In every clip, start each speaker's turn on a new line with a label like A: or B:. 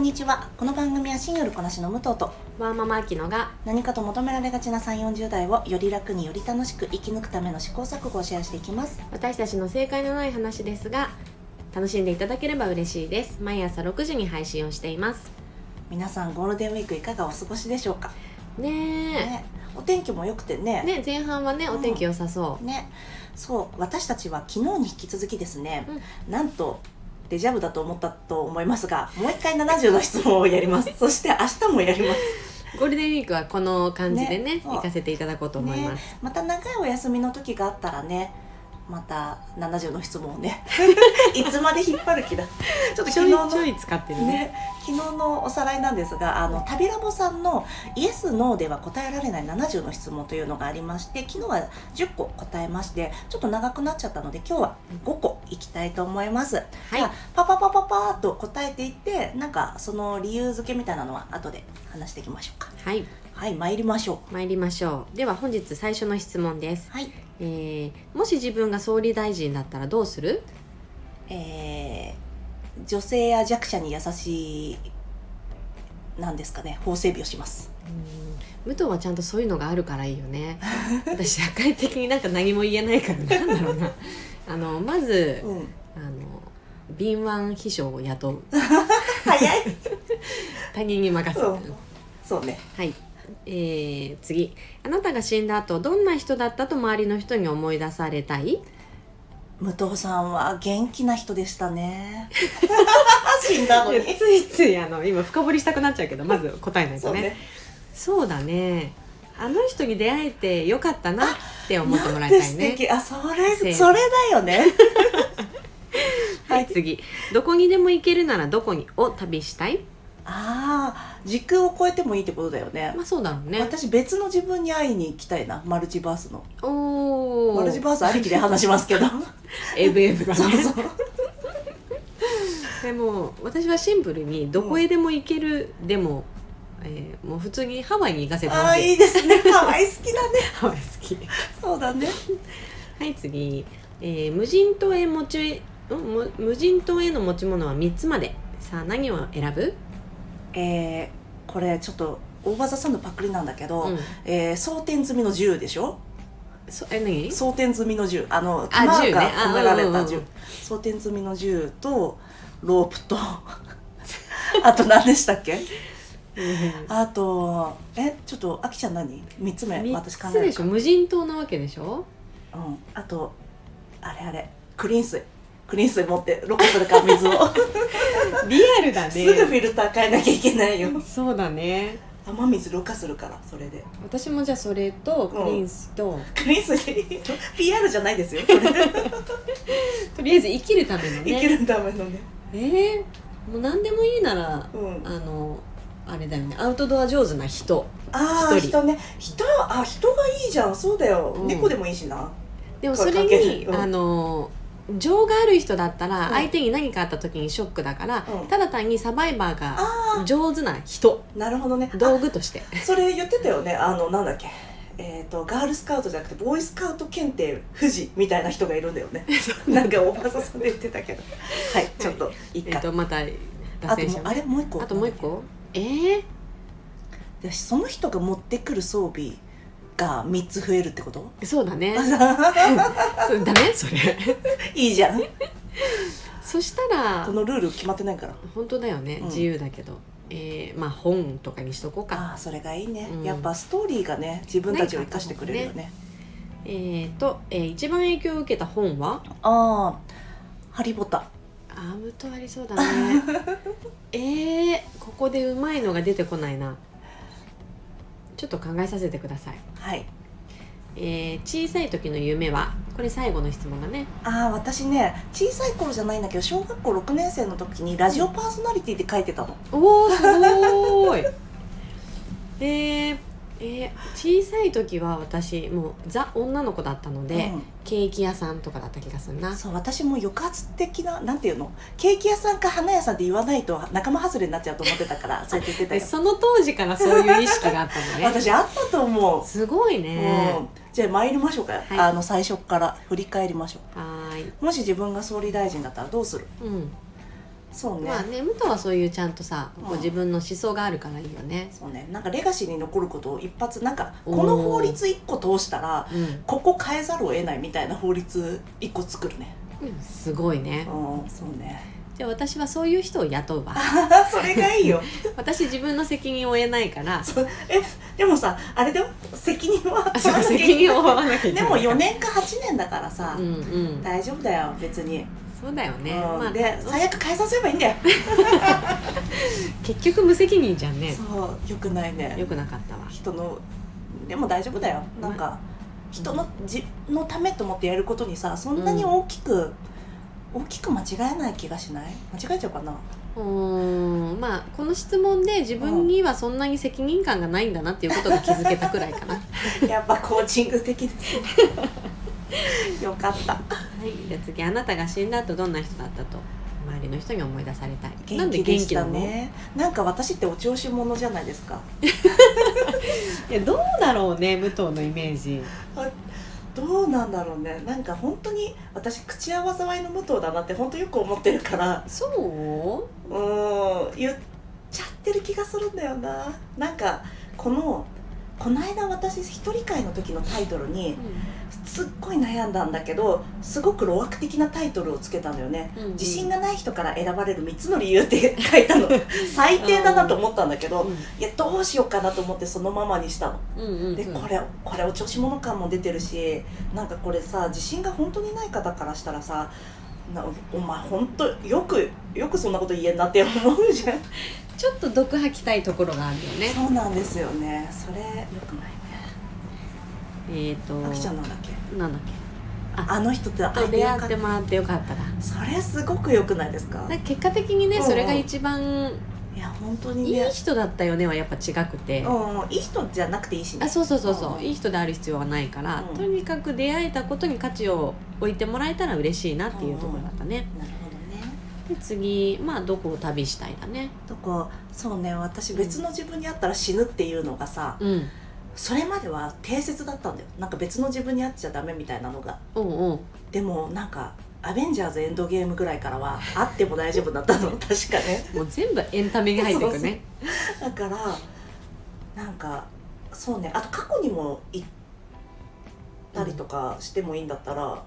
A: にちはこの番組は新夜こなしの武藤と
B: ワーママアキノが
A: 何かと求められがちな3 4 0代をより楽により楽しく生き抜くための試行錯誤をシェアしていきます
B: 私たちの正解のない話ですが楽しんでいただければ嬉しいです毎朝6時に配信をしています
A: 皆さんゴールデンウィークいかがお過ごしでしょうか、
B: ねえ
A: ね、お天気も良くてねね
B: ね前半はねお天気良さそ
A: そう私たちは昨日に引き続きですね、なんとデジャブだと思ったと思いますがもう一回70の質問をやりますそして明日もやります
B: うゴールデンウィークはこの感じでね
A: ねそう
B: 行かせていただこうと思います、
A: また長いお休みの時があったらねまた70の質問を ねいつまで引っ張る気だちょっと
B: ち
A: 昨
B: ょ
A: 日
B: い
A: の
B: ちょい使ってるね
A: ね、昨日のおさらいなんですがあの旅ラボさんのイエス・ノーでは答えられない70の質問というのがありまして昨日は10個答えましてちょっと長くなっちゃったので今日は5個いきたいと思います、
B: はい
A: じゃあパパパパパーっと答えていってなんかその理由付けみたいなのは後で話していきましょうか
B: はい
A: はい参りましょ
B: 参りましょうでは本日最初の質問です
A: う、はい
B: えー、もし自分が総理大臣だったらどうする
A: えー女性や弱者に優しいなんですかね法整備をします
B: うん武藤はちゃんとそういうのがあるからいいよ ね私社会的になんか何も言えないからなんだろうなあのまず
A: うん
B: あの敏腕秘書を雇う
A: 早い
B: 他人に任せ
A: そう
B: る
A: そうね
B: はいえー、次あなたが死んだ後どんな人だったと周りの人に思い出されたい
A: 武藤さんは元気な人でしたね 死んだのに
B: いやついついあの今深掘りしたくなっちゃうけどまず答えない
A: そ
B: と
A: う
B: ね
A: ね
B: そうだねあの人に出会えてよかったなって思ってもらい
A: なんて
B: たい
A: 素
B: ね
A: 敵あそ
B: せー
A: れ
B: の
A: それだよね
B: はい次どこにでも行けるならどこにを旅したい
A: ああ時空を超えてもいいってことだよね
B: まあそうだろうね
A: 私別の自分に会いに行きたいなマルチバースの
B: おお
A: マルチバースありきで話します けど
B: エブエブがね
A: そうそう
B: でも私はシンプルにどこへでも行ける、でも、えーもう普通にハワイに行かせて
A: あ
B: ほ
A: あ
B: しい
A: いいですね可愛い好きだ ね
B: ハワイ好き
A: そうだね
B: はい次、えー無人島へ持ちんむ無人島への持ち物は3つまでさあ何を選ぶ、
A: えー、これちょっと大技さんのパクリなんだけど、
B: うん、
A: えー、装填済みの銃でしょ
B: そえ何
A: 装填済みの銃あの
B: あ
A: 弾
B: 銃ね
A: が
B: あ
A: 込められ
B: うんうんう
A: た
B: ん
A: 銃装填済みの銃とロープと あと何でしたっけあとえちょっとあきちゃん何3つ目
B: 3
A: 私考え
B: つ
A: る
B: でしょ無人島なわけでしょ
A: うん、あとあれあれクリーン水クリーン水持ってロコするから水を
B: リアルだね
A: すぐフィルター変えなきゃいけないよ
B: そうだね
A: 雨水ろ過するからそれで
B: 私もじゃあそれとプリンスと、
A: クリーン水でいいよ PR じゃないですよこれ、
B: とりあえず生きるための
A: 生
B: ね
A: きるためのね
B: えー、もう何でもいいなら
A: うん
B: あのあれだよねアウトドア上手な人
A: ああ
B: 一人
A: 人ね人あ人がいいじゃんそうだよ、
B: うん
A: 猫でもいいしな
B: でも
A: こ
B: そ
A: れ
B: れ
A: 関係
B: に、
A: ないうん
B: あの情がある人だった
A: う
B: ら
A: ん
B: 相手に何かあった時にショックだから、
A: うん
B: ただ単にサバイバーが
A: あ
B: 上手な人
A: なるほどね
B: 道具として
A: あそれ言ってたよねあのなんだっけえー、とガールスカウトじゃなくてボーイスカウト検定富士みたいな人がいるんだよねなんかおばささんで言ってたけどはいちょっといい
B: えっ
A: か、
B: とまた
A: あ
B: 脱
A: と
B: 線し
A: もう
B: ま
A: あ
B: す
A: れもう一個
B: あともう一個えー、
A: でその人が持ってくる装備が3つ増えるってこと
B: そうだねそうダメそれ
A: いいじゃんこ
B: そしたら
A: のルール決まってないから
B: 本当だよね、
A: うん
B: 自由だけどえー、まあ本とかにしとこうか
A: ああそれがいいね、
B: うん
A: やっぱストーリーがね自分たちを生かしてくれるよね
B: えー、と、えー一番影響を受けた本は
A: ああハリボタ
B: あぶとありそうだ ねえー、ここでうまいのが出てこないなちょっと考えさせてください、
A: はい
B: えー小さい時の夢はこれ最後の質問だね
A: ああ私ね小さい頃じゃないんだけど小学校6年生の時にラジオパーソナリティで書いてたの、
B: おおすごーい でえー小さい時は私もうザ女の子だったので、ケーキ屋さんとかだった気がする
A: うん
B: な
A: そう私も抑圧的ななんていうのケーキ屋さんか花屋さんで言わないと仲間外れになっちゃうと思ってたから そうやって言って
B: で
A: たよ
B: その当時からそういう意識があったの ね
A: 私あったと思う、
B: すごいね
A: うん、じゃあ参りましょうか、
B: い
A: あの最初から振り返りましょ
B: はーいう
A: もし自分が総理大臣だったらどうする
B: うん
A: そうね、
B: まあね武藤はそういうちゃんとさ
A: う
B: こうん自分の思想があるからいいよね、
A: そうねなんかレガシーに残ることを一発なんか
B: おー
A: この法律一個通したら
B: うん
A: ここ変えざるを得ないみたいな法律一個作るね
B: すごいね
A: うんそうね
B: じゃあ私はそういう人を雇うわ
A: それがいいよ
B: 私自分の責任を負えないから
A: そうえでもさあれでも責任は
B: あそう責任を負わなきゃいけ
A: で
B: ない
A: も4年か8年だからさ、
B: うんうん
A: 大丈夫だよ別に、
B: そうだよね、
A: うん
B: まあ、
A: で最悪変えさせればいいんだよ
B: 結局無責任じゃんね
A: そうよくないね
B: よくなかったわ
A: 人のでも大丈夫だよなんか人のじのためと思ってやることにさそんなに大きく、大きく間違えない気がしない間違えちゃうかな
B: うーんまあこの質問で自分にはそんなに責任感がないんだなっていうことが気づけたくらいかなは
A: やっぱコーチング的ですね よかった
B: いじゃあ次あなたが死んだ後どんな人だったと周りの人に思い出されたいな
A: 元
B: んで
A: 気で
B: 元
A: し
B: 気
A: た
B: なの、
A: ねなんか私ってお調子者じゃないですか
B: いやどうだろうね武藤のイメージ
A: どうなんだろうねなんか本当に私口は災いの武藤だなって本当よく思ってるから
B: そう
A: ーん言っちゃってる気がするんだよななんかこのこの間私一人会の時のタイトルに
B: う、
A: すっごい悩んだんだけどすごく路惑的なタイトルをつけたんだよね
B: うんうん
A: 自信がない人から選ばれる3つの理由って書いたの最低だなと思ったんだけどいやどうしようかなと思ってそのままにしたの
B: うんうんうん
A: でこれこれお調子者感も出てるしなんかこれさ自信が本当にない方からしたらさなお前本当よくよくそんなこと言えんなって思うじゃん
B: ちょっと毒吐きたいところがあるよね
A: そうなんですよねそれよくないね
B: えっ、と
A: あきちゃんなんだっけ
B: なんだっけ
A: あの人ってあ
B: あ出会ってもらってよかったら
A: それすごくよくないですか
B: なんか結果的にね
A: うん
B: それが一番
A: いや本当に
B: い
A: ね
B: い人だったよねはやっぱ違くて
A: うんうんいい人じゃなくていいしね
B: あそうそうそう
A: う
B: そ
A: ん
B: ういい人である必要はないから
A: うん
B: とにかく出会えたことに価値を置いてもらえたら嬉しいなっていうところだったね
A: なるほどね
B: で次まあどこを旅したいだね
A: とこそうね私別の自分に会ったら死ぬっていうのがさ、
B: うん
A: それまでは定説だったんだよなんか別の自分に会っちゃダメみたいなのが
B: おうおう
A: でもなんかアベンジャーズエンドゲームぐらいからは会っても大丈夫だ ったの確かね
B: もう全部エンタメに入っていくね
A: だからなんかそうねあと過去にも行ったりとかしてもいいんだったら、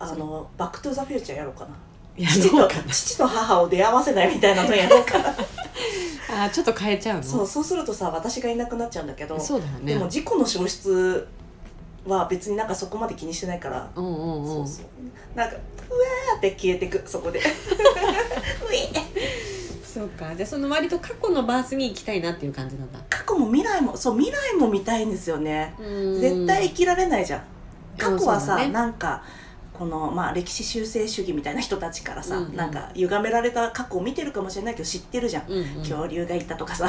A: あのバック・トゥ・ザ・フューチャーやろうかない
B: や
A: 父
B: どう
A: と
B: か
A: 父と母を出会わせないみたいなのやろうかな
B: なあちょっと変えちゃうの
A: そうそうするとさ私がいなくなっちゃうんだけど、
B: そうだよね
A: でも事故の消失は別になんかそこまで気にしてないから、
B: おうんうん
A: そううんそうなんかうわーって消えてくそ こでうえ
B: そうかじゃあその割と過去のバースに行きたいなっていう感じなんだ
A: 過去も未来もそう未来も見たいんですよね絶
B: 絶
A: 対生きられないじゃん過去はさ、
B: うんそうだね
A: なんかこの、まあ、歴史修正主義みたいな人たちからさ、
B: うんうん
A: なんか歪められた過去を見てるかもしれないけど知ってるじゃん、
B: うんうん
A: 恐竜がいたとかさ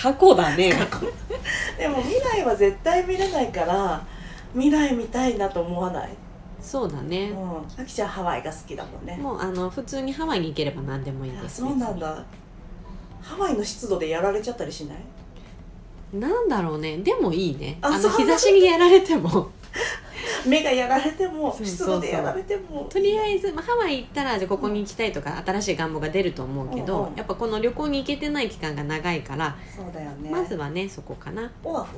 B: 過去だね
A: でも未来は絶対見れないから未来見たいなと思わない
B: そうだ
A: う
B: ね
A: んあきちゃんハワイが好きだもんね
B: もうあの普通にハワイに行ければ何でもいい
A: あ
B: です
A: そうなんだハワイの湿度でやられちゃったりしない
B: 別になんだろうねでもいいね
A: あ
B: あ
A: そ
B: の
A: うなんだ
B: 日差しにやられても
A: 目がやられても
B: そうそうそう
A: 湿度でやられても
B: とりあえず、まあ、ハワイ行ったらじゃあここに行きたいとか新しい願望が出ると思うけど、
A: うんうん
B: やっぱこの旅行に行けてない期間が長いから、
A: そうだよね
B: まずはねそこかな
A: オアフ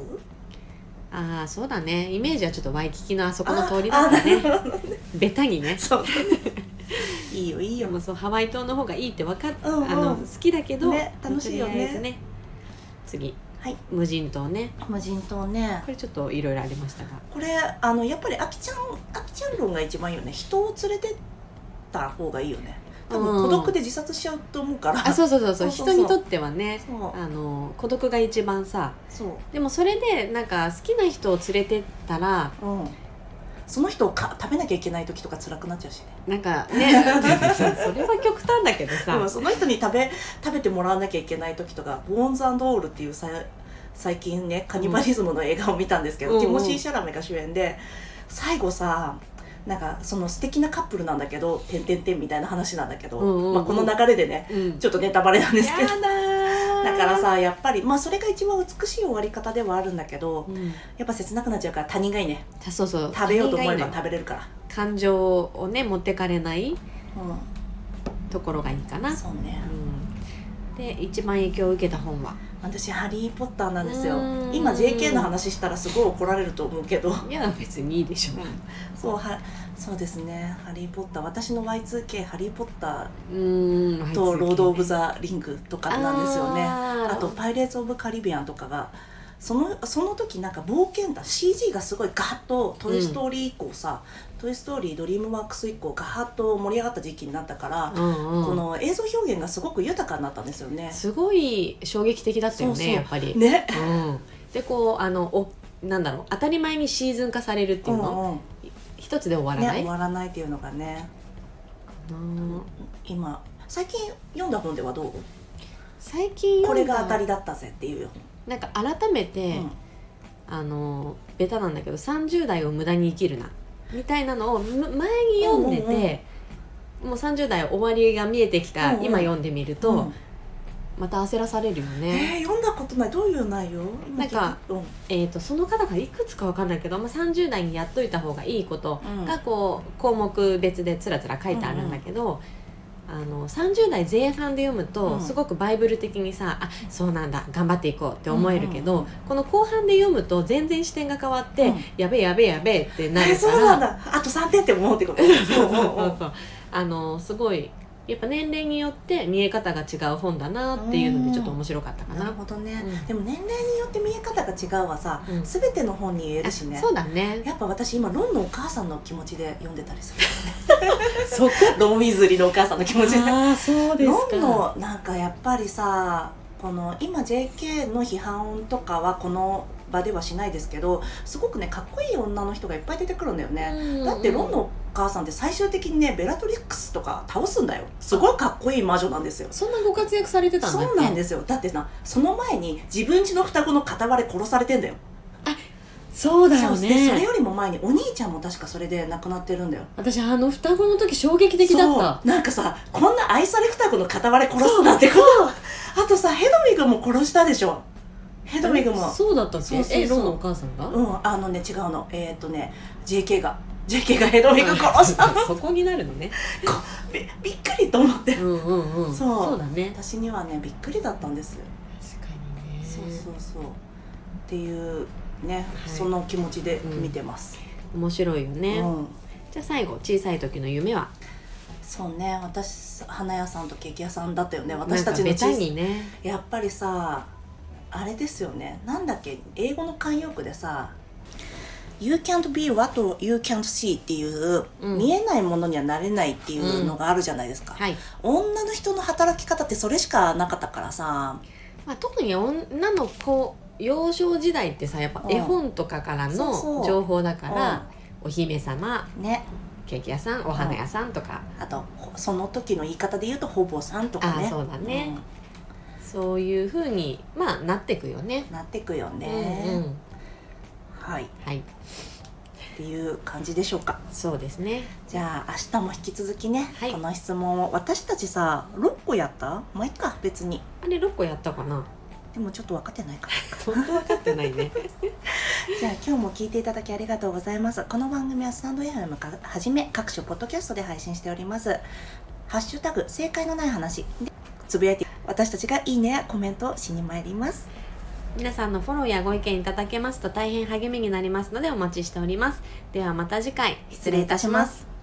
B: ああそうだねイメージはちょっとワイキキのあそこの通り
A: あ
B: だから
A: あな
B: ね
A: るほど
B: ベタにね
A: そういいよいい
B: で
A: よ
B: もそうハワイ島の方がいいって分かっ、
A: うんうん
B: あの好きだけど、
A: ね楽しいよね
B: とりあえず次
A: はい
B: 無人島ね
A: 無人島ね
B: これちょっといろいろありましたが
A: これあのやっぱりあきちゃんあきちゃん論が一番いいよね人を連れてった方がいいよね多分孤独で自殺しちゃうと思うから、
B: あそうそうそうそう
A: そうそうそう
B: 人にとってはね
A: そう
B: あの孤独が一番さ
A: そ
B: でもそれでなんか好きな人を連れてったら
A: ううんその人をか食べなきゃいけない時とか辛くなっちゃうしね
B: なんかね それは極端だけど
A: でも
B: さ
A: その人に食べ食べてもらわなきゃいけない時とか「ボーンズオール」っていうさ最近ねカニバリズムの映画を見たんですけど、
B: うん
A: ティモシー・シャラメが主演で最後さなんかその素敵なカップルなんだけど「てんてんてん」みたいな話なんだけど、
B: うんうんうん
A: まあ、この流れでね
B: うん
A: ちょっとネタバレなんですけど
B: やだー
A: だからさやっぱり、まあ、それが一番美しい終わり方ではあるんだけど
B: うん
A: やっぱ切なくなっちゃうから他人がいいね
B: たそうそう
A: 食べようと思えば
B: 他人がいない
A: 食べれるから。
B: 感情をね持ってかれない
A: うん
B: ところがいいかな、
A: そうね
B: うん、で一番影響を受けた本は
A: 私ハリー・ポッターなんですよ
B: うん
A: 今 JK の話したらすごい怒られると思うけど
B: いや別にいいでしょ
A: そうはそうですね「ハリー・ポッター」私の Y2K「ハリー・ポッタ
B: ううん
A: ー」
B: は
A: と「
B: い
A: ロード・オブ・ザ・リング」とかなんですよね
B: あー
A: あと「パイレーツ・オブ・カリビアン」とかがそのその時なんか冒険だ CG がすごいガーッと「トイ・ストーリー」以降さ「トイ・ストーリー」「ドリームワークス」以降ガーッと盛り上がった時期になったから、
B: うんうん
A: この映像表現がすごく豊かになったんですよね。
B: すごい衝撃的だったよね
A: そうそう
B: やっぱり、
A: ね、
B: うん、でこうあのおなんだろう当たり前にシーズン化されるって
A: う
B: いうんの、
A: うん
B: 一つで終わ
A: ね
B: らない、
A: 終わらないっていうのがね
B: うん
A: 今最近読んだ本ではどう
B: 最近
A: こ
B: 読
A: れ
B: んだ
A: が当たりだったぜっていうよ、
B: なんか改めて、
A: うん
B: あのベタなんだけど30代を無駄に生きるなみたいなのをむ前に読んでて、
A: うんうん
B: もう30代終わりが見えてき
A: う
B: た、
A: んうん
B: 今読んでみると、
A: うん
B: また焦らされるよね、
A: えー、読んだことないどういう内容今
B: なんか
A: 聞いて
B: えー、とその方がいくつかわかんないけど、まあ、30代にやっといた方がいいこと
A: うん
B: がこう項目別でつらつら書いてあるんだけど、あの30代前半で読むと、
A: うん
B: すごくバイブル的にさあそうなんだ頑張っていこうって思えるけど、
A: うんうん
B: この後半で読むと全然視点が変わって、
A: うん
B: やべえやべえやべえって
A: うん
B: な
A: え
B: る
A: そ
B: か
A: うなん
B: ら
A: だあと3点って思うってこと
B: そうそうあのすごいやっぱ年齢によって見え方が違う本だなっていうのでちょっと面白かったか
A: な
B: な
A: る。ほどね、
B: うん
A: でも年齢によって見え方が違うはさ、
B: うん
A: 全ての本に言えるしね
B: あそうだね
A: やっぱ私今ロンのお母さんの気持ちで読んでたりする
B: そこ
A: ロン・ウィズリーのお母さんの気持ちで
B: ああそうです
A: ロ
B: か
A: ンのなんかやっぱりさこの今 JK の批判とかはこの場ではしないですけどすごくねかっこいい女の人がいっぱい出てくるんだよね、だってロンのお母さんって最終的にねベラトリックスとか倒すんだよすごいかっこいい魔女なんですよ
B: そんなご活躍されてたんだっけ
A: そうなんですよだってなその前に自分家の双子の片割れ殺されてんだよ
B: そうだよ
A: そうでそれ
B: ね
A: よりも前にお兄ちゃんも確かそれで亡くなってるんだよ
B: 私あの双子の時衝撃的だった
A: そうなんかさこんな愛され双子の片割れ殺すなんてことあとさヘドウィグも殺したでしょヘドウィグも
B: そうだったっけ
A: そうそうそう
B: えロンのお母さんが、
A: うんあのね違うのえーっとね JK が JK がヘドウィグ殺した
B: そこになるのね
A: びびっくりと思って
B: うんうんうん
A: そう
B: だね
A: 私にはねびっくりだったんですよ
B: 確かにね
A: そうそうそうっていうね、
B: い
A: その気持ちで見てます、
B: 面白いよね、
A: うん
B: じゃあ最後小さい時の夢は
A: そうね私花屋さんとケーキ屋さんだったよね私たちの
B: なんかベ
A: 小
B: タにね
A: やっぱりさあれですよねなんだっけ英語の慣用句でさ「You can't be what you can't see」っていう、
B: うん
A: 見えないものにはなれないっていうのがあるじゃないですか、
B: はい、
A: 女の人の働き方ってそれしかなかったからさ
B: まあ、特に女の子幼少時代ってさやっぱ絵本とかか
A: う
B: ら
A: んそうそ
B: の
A: う
B: 情報だから、お姫様
A: ね
B: ケーキ屋さんお花屋さんとか、
A: あとほその時の言い方で言うと「ほぼさん」とか
B: あ
A: ね
B: あそうだね、そういうふうに、まあ、なってくよね
A: うんなってくよね、
B: うんうん
A: はいっ
B: はい
A: ていう感じでしょうか
B: そうですね
A: じゃあ明日も引き続きね、
B: はい
A: この質問を私たちさ6個やったまあいいか別に
B: あれ6個やったかな
A: でもちょっと分かってないか
B: 本当分かってないね
A: らじゃあ今日も聞いていただきありがとうございますこの番組はスタンド FM かはじめ各種ポッドキャストで配信しておりますハッシュタグ正解のない話でつぶやいて私たちがいいねやコメントをしに参ります
B: 皆さんのフォローやご意見いただけますと大変励みになりますのでお待ちしておりますではまた次回
A: 失礼いたします